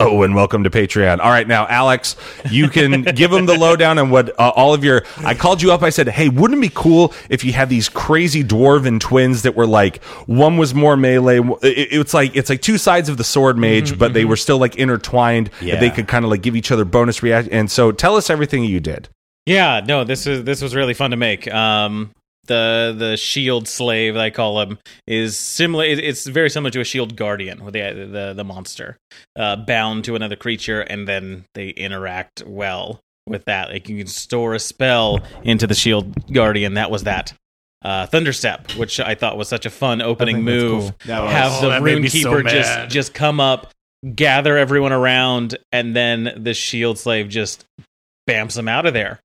Oh, and welcome to Patreon. All right, now Alex, you can give them the lowdown on what uh, all of your. I called you up. I said, "Hey, wouldn't it be cool if you had these crazy dwarven twins that were like one was more melee? It, it's like it's like two sides of the sword mage, but they were still like intertwined. Yeah. They could kind of like give each other bonus reaction. And so, tell us everything you did. Yeah, no, this is this was really fun to make. Um, the the shield slave I call him is similar. it- It's very similar to a shield guardian, with the the the monster uh, bound to another creature, and then they interact well with that. Like you can store a spell into the shield guardian. That was that. Uh, Thunderstep, which I thought was such a fun opening think that's move, cool. That was- have Oh, the that made rune me so keeper just mad. just come up, gather everyone around, and then the shield slave just bamps them out of there,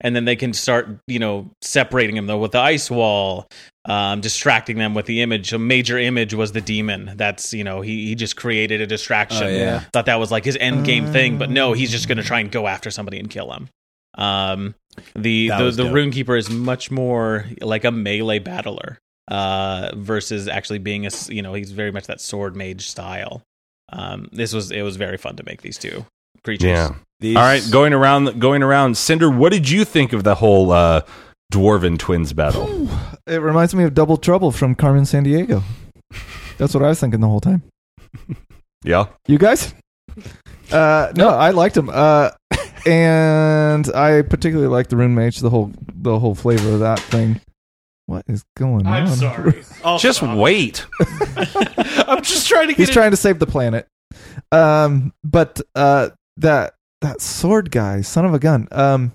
and then they can start you know separating them though with the ice wall, um, distracting them with the image. A major image was the demon. That's you know he he just created a distraction. Oh, yeah. Thought that was like his end game thing, but no, he's just gonna try and go after somebody and kill him. Um, the That the, was the dope. runekeeper is much more like a melee battler uh versus actually being a s- you know he's very much that sword mage style um this was it was very fun to make these two creatures These- All right, going around, going around. Cinder, what did you think of the whole uh, dwarven twins battle? It reminds me of Double Trouble from Carmen San Diego. That's what I was thinking the whole time. yeah. You guys? Uh, no, I liked him. Uh, and I particularly liked the rune mage, the whole the whole flavor of that thing. What is going on? I'm sorry. I'll Just stop. wait. I'm just trying to get He's it- trying to save the planet. Um, but uh, that that sword guy, son of a gun. Um,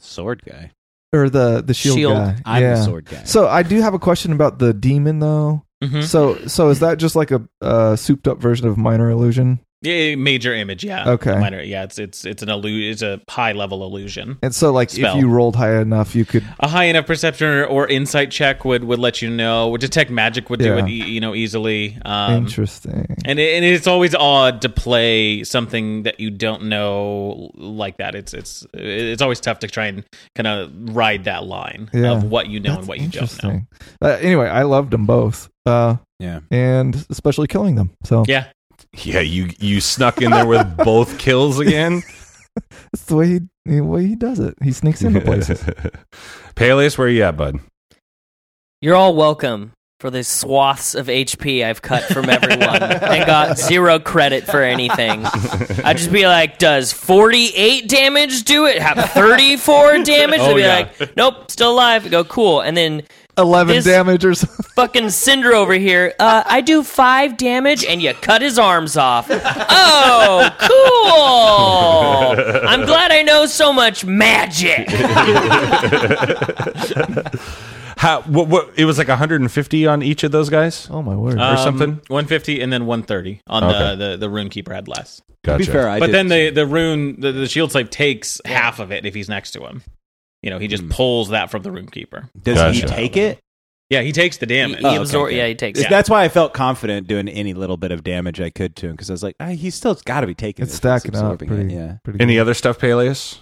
sword guy. or the the shield, guy. I'm yeah. the sword guy. So I do have a question about the demon though. Mhm. So so is that just like a uh, souped up version of minor illusion? yeah major image yeah Okay. minor yeah it's it's it's an illusion it's a high level illusion And so like Spell. if you rolled high enough, you could a high enough perception or, or insight check would would let you know or detect magic would do Yeah. it e- you know easily um interesting. and, it, and it's always odd to play something that you don't know like that. It's it's it's always tough to try and kind of ride that line Yeah. of what you know That's and what you don't know. interesting. Uh, anyway, I loved them both. Uh, Yeah. and especially killing them. So Yeah, Yeah, you you snuck in there with both kills again. that's the way he the way he does it. He sneaks into places. Peleus, where you at, bud? You're all welcome for the swaths of HP I've cut from everyone and got zero credit for anything. I'd just be like, does 48 damage do it? Have 34 damage? Oh, They'd be yeah. like, nope, still alive. I go, cool. And then Eleven This- damage or something. fucking Cinder over here, uh, I do five damage and you cut his arms off. Oh, cool. I'm glad I know so much magic. How what, what it was like 150 on each of those guys? Oh my word! Uh, Or something? um, One fifty and then one thirty on Okay. the, the the rune keeper had less. to Gotcha. be fair, I but did then the the rune the, the shield slave takes half of it if he's next to him. You know, he Hmm. just pulls that from the rune keeper. does he Gotcha. take it? Yeah, he takes the damage. He, he absor- Yeah, he takes Yeah. That's why I felt confident doing any little bit of damage I could to him because I was like, ah, he's still got to be taking. it's this. stacking up absorbing it, pretty. Yeah. pretty Any good. other stuff, Peleus?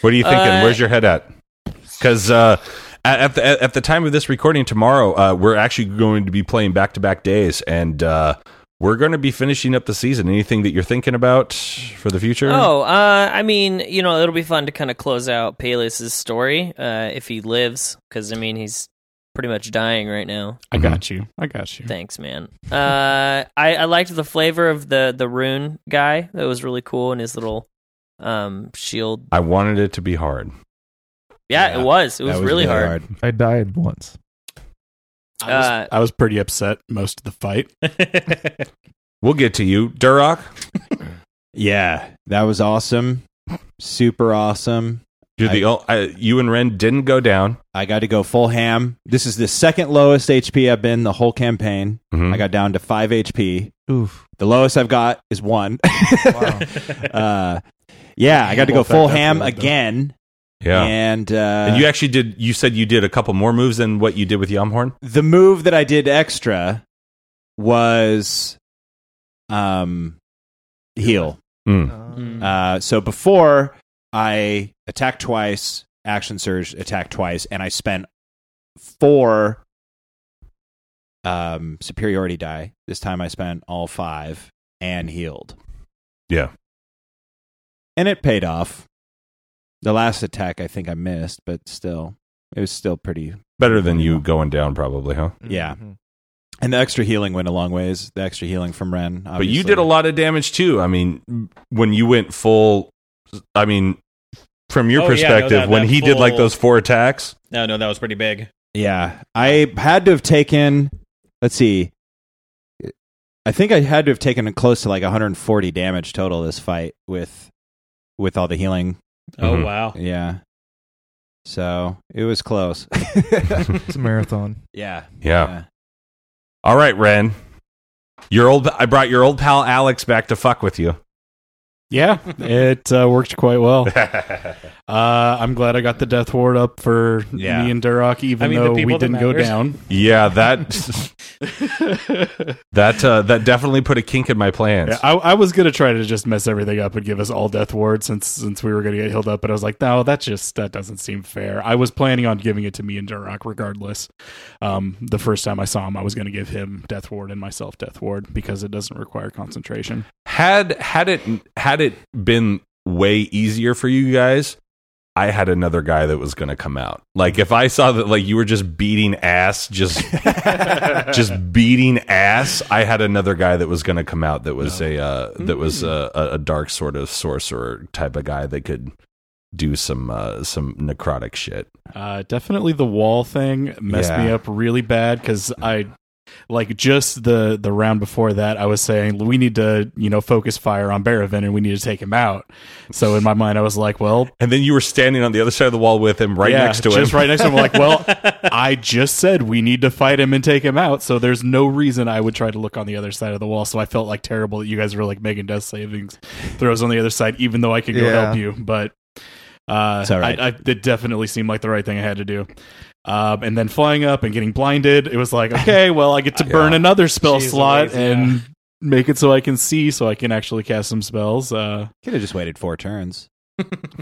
What are you thinking? Uh, Where's your head at? Because uh, at, at the at the time of this recording tomorrow, uh, we're actually going to be playing back to back days, and uh, we're going to be finishing up the season. Anything that you're thinking about for the future? Oh, uh, I mean, you know, it'll be fun to kind of close out Peleus' story uh, if he lives, because I mean, he's pretty much dying right now. I got Mm-hmm. you. I got you. Thanks, man. Uh, I, I liked the flavor of the the rune guy. That was really cool, and his little um shield. I wanted it to be hard. Yeah, Yeah, it was. It was, That really hard. I died once. I was, Uh, I was pretty upset most of the fight. We'll get to you, Duroc. Yeah, that was awesome. Super awesome. You're the ol- I, you and Ren didn't go down. I got to go full ham. This is the second lowest HP I've been the whole campaign. Mm-hmm. I got down to five HP. Oof. The lowest I've got is one. Wow. uh, yeah, I got to go Well, that- full that's ham really good. again. yeah. And, uh, and you actually did. You said you did a couple more moves than what you did with Yamhorn. the move that I did extra was um, heal. Mm. Uh, so before I attack twice, action surge, attack twice, and I spent four um, superiority die. This time I spent all five and healed. Yeah. And it paid off. The last attack I think I missed, but still, it was still pretty. Better than you going down, probably, huh? Yeah. And the extra healing went a long ways. The extra healing from Ren. Obviously. But you did a lot of damage too. I mean, when you went full, I mean, from your Oh, yeah, no, perspective, that- when that he did like full- those four attacks, No, no, that was pretty big. Yeah. I had to have taken, let's see, I think I had to have taken close to like 140 damage total this fight with with all the healing. Oh Mhm. wow. Yeah. So it was close. It's a marathon. yeah. yeah. All right, Ren. Your old, I brought your old pal Alex back to fuck with you. Yeah, it uh, worked quite well. yeah, Uh, I'm glad I got the death ward up for Yeah. me and Durok, even I mean, the though we people that didn't go matters. down. that that uh, that definitely put a kink in my plans. Yeah, I, I was gonna try to just mess everything up and give us all death ward since since we were gonna get healed up, but I was like, no, that just that doesn't seem fair. I was planning on giving it to me and Durok regardless. Um, the first time I saw him, I was gonna give him death ward and myself death ward because it doesn't require concentration. had had it had it been way easier for you guys i had another guy that was going to come out like if i saw that like you were just beating ass just just beating ass i had another guy that was going to come out that was a uh, that was Hmm. a, a a dark sort of sorcerer type of guy that could do some uh some necrotic shit Uh, definitely the wall thing messed Yeah. me up really bad because I like just the the round before that I was saying we need to you know focus fire on Baravin and we need to take him out. So in my mind I was like, well, and then you were standing on the other side of the wall with him right yeah, next to him just right next to him. I'm like, well, I just said we need to fight him and take him out. So there's no reason I would try to look on the other side of the wall. So I felt like terrible that you guys were like making death savings throws on the other side, even though I could go Yeah. help you. But uh, It's all right. I, I, it definitely seemed like the right thing I had to do. Um, and then flying up and getting blinded, it was like, okay, well, I get to burn Yeah. another spell Jeez slot Louise, and make it so I can see, so I can actually cast some spells. Uh, Could have just waited four turns.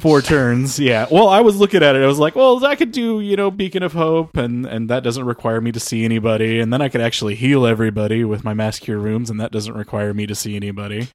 four turns yeah well i was looking at it i was like well i could do you know beacon of hope and and that doesn't require me to see anybody and then i could actually heal everybody with my mass cure rooms and that doesn't require me to see anybody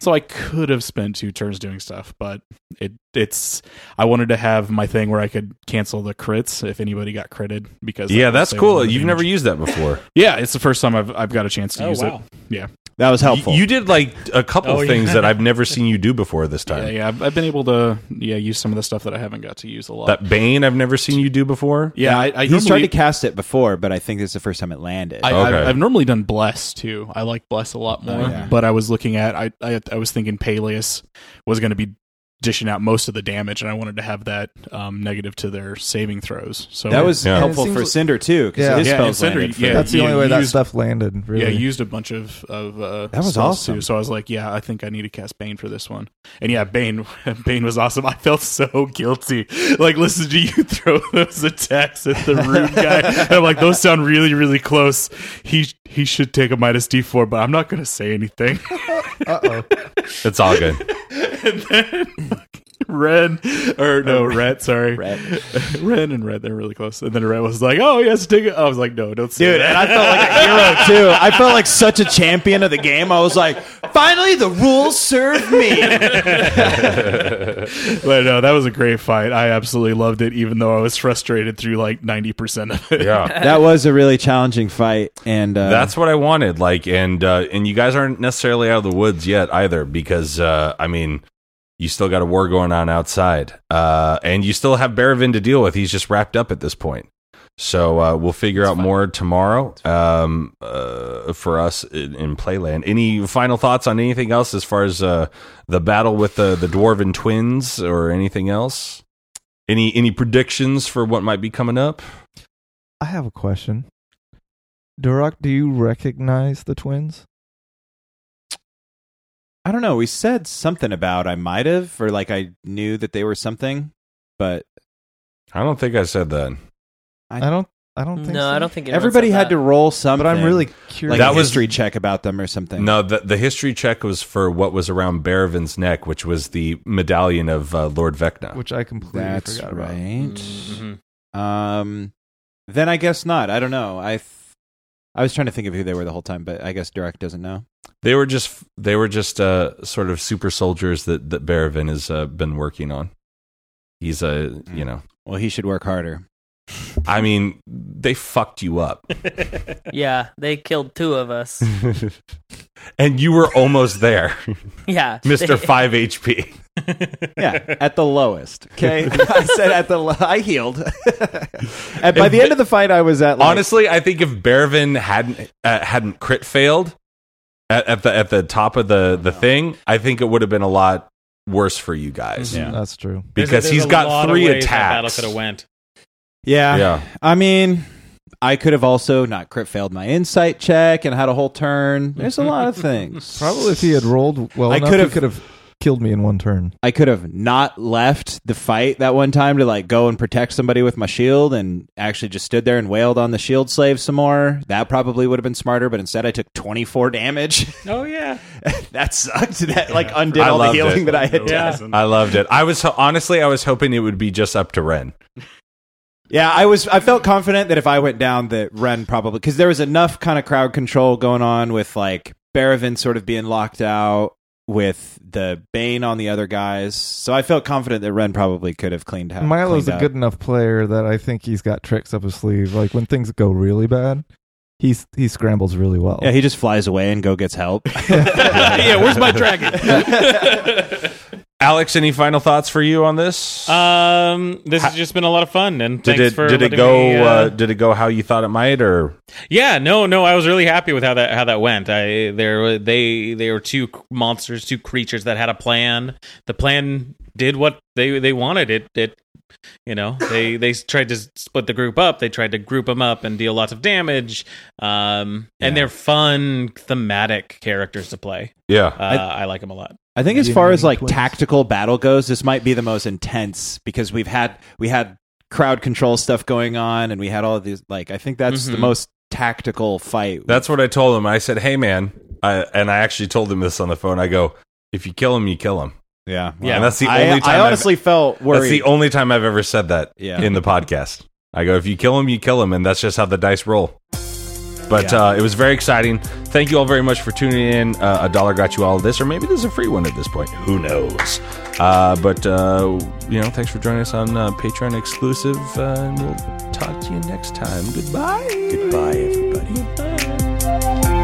so i could have spent two turns doing stuff but it it's i wanted to have my thing where i could cancel the crits if anybody got critted because yeah that would that's save cool all the you've damage. never used that before yeah it's the first time i've i've got a chance to Oh use wow. it That was helpful. You, you did like a couple Oh, of yeah. things that I've never seen you do before this time. yeah, yeah I've, I've been able to yeah use some of the stuff that i haven't got to use a lot That Bane I've never seen you do before. yeah, I, I He's normally- tried to cast it before, but I think this is the first time it landed. I, Okay. I've, I've normally done bless too. I like bless a lot more, Oh, yeah. but I was looking at I I, I was thinking Peleus was going to be dishing out most of the damage, and I wanted to have that um, negative to their saving throws. So that was Yeah. helpful And it for seems- Cinder too, because Yeah. his Yeah, spells and Cinder, landed yeah. first. That's the you only way that used- stuff landed. Really. yeah used a bunch of of uh, That was spells, awesome. Too, so I was like, yeah, I think I need to cast Bane for this one. And yeah, Bane Bane was awesome. I felt so guilty. Like listen to you throw those attacks at the rude guy. And I'm like, those sound really really close. He he should take a minus D4, but I'm not gonna say anything. It's all good. and then Ren or Oh. no Ret, sorry, Ren. Ren and Red, they're really close. And then Red was like, "Oh yes, take it." I was like, "No, don't say Dude, that." and I felt like a hero too. I felt like such a champion of the game. I was like, finally, the rules serve me. But no, that was a great fight. I absolutely loved it, even though I was frustrated through like ninety percent of it. Yeah. that was a really challenging fight, and uh, That's what I wanted. Like, and uh, and you guys aren't necessarily out of the woods yet either, because uh, I mean, you still got a war going on outside, uh, and you still have Baravin to deal with. He's just wrapped up at this point. So uh, we'll figure out more tomorrow um, uh, for us in, in Playland. Any final thoughts on anything else as far as uh, the battle with the the dwarven twins or anything else? Any any predictions for what might be coming up? I have a question. Duroc, do you recognize the twins? I don't know. We said something about I might have, or like I knew that they were something, but I don't think I said that. I- I don't. I don't No, think. I so. don't think anyone everybody said had to that. roll something. But I'm really like curious. That a was- history check about them or something. No, the, the history check was for what was around Baravin's neck, which was the medallion of uh, Lord Vecna. which I completely that's forgot about. right. Mhm. Um, then I guess not. I don't know. I th- I was trying to think of who they were the whole time, but I guess Derek doesn't know. They were just they were just uh, sort of super soldiers that that Berevin has uh, been working on. He's a you know Well, he should work harder. I mean they fucked you up Yeah, they killed two of us. and you were almost there, Yeah, Mister They- Five HP. Yeah, at the lowest. Okay, I said at the lo- I healed. and by the end of the fight, I was at like, Honestly, I think if Berevin hadn't uh, hadn't crit failed at, at the at the top of the the thing, I think it would have been a lot worse for you guys Yeah. That's true. because There's a- he's there's a lot got of three ways that Battle attacks. could have went. Yeah. Yeah. I mean, I could have also not crit failed my insight check and had a whole turn. There's a lot of things. Probably if he had rolled well I enough, could've- he could have killed me in one turn. I could have not left the fight that one time to like go and protect somebody with my shield and actually just stood there and wailed on the shield slave some more. That probably would have been smarter, but instead I took 24 damage. Oh yeah, that sucked. That like undid I all the loved healing it. that I had done. Yeah. I loved it. I was ho- honestly, I was hoping it would be just up to Ren. Yeah, I was. I felt confident that if I went down, that Ren probably because there was enough kind of crowd control going on with like Baravin sort of being locked out with the Bane on the other guys. So I felt confident that Ren probably could have cleaned house. Milo's a good enough player that I think he's got tricks up his sleeve. Like when things go really bad, he's he scrambles really well. Yeah, he just flies away and go gets help. yeah. Where's my dragon? Alex, any final thoughts for you on this? um, this has just been a lot of fun, and did thanks it for did it letting go? me, uh, did it go how you thought it might? Or Yeah, no, no, I was really happy with how that how that went. I there were- they they were two monsters, two creatures that had a plan. The plan did what they they wanted. It it you know they they tried to split the group up. They tried to group them up and deal lots of damage. Um, and they're fun thematic characters to play. yeah, Uh, I, like them a lot. I think as You far mean as like twins. tactical battle goes, this might be the most intense because we've had we had crowd control stuff going on, and we had all of these. Like I think that's the Mhm. most tactical fight. Mm-hmm. that's what I told him. I said, "Hey, man," I, and I actually told him this on the phone. I go, "If you kill him, you kill him." yeah, Yeah. and that's the I, only I time. I've- honestly felt worried. that's the only time I've ever said that Yeah. in the podcast. I go, "If you kill him, you kill him," and that's just how the dice roll. But Yeah. uh, it was very exciting. Thank you all very much for tuning in. Uh, a dollar got you all this, or maybe there's a free one at this point. Who knows? Uh, but, uh, you know, thanks for joining us on uh, Patreon exclusive. Uh, and we'll talk to you next time. Goodbye. Goodbye, everybody.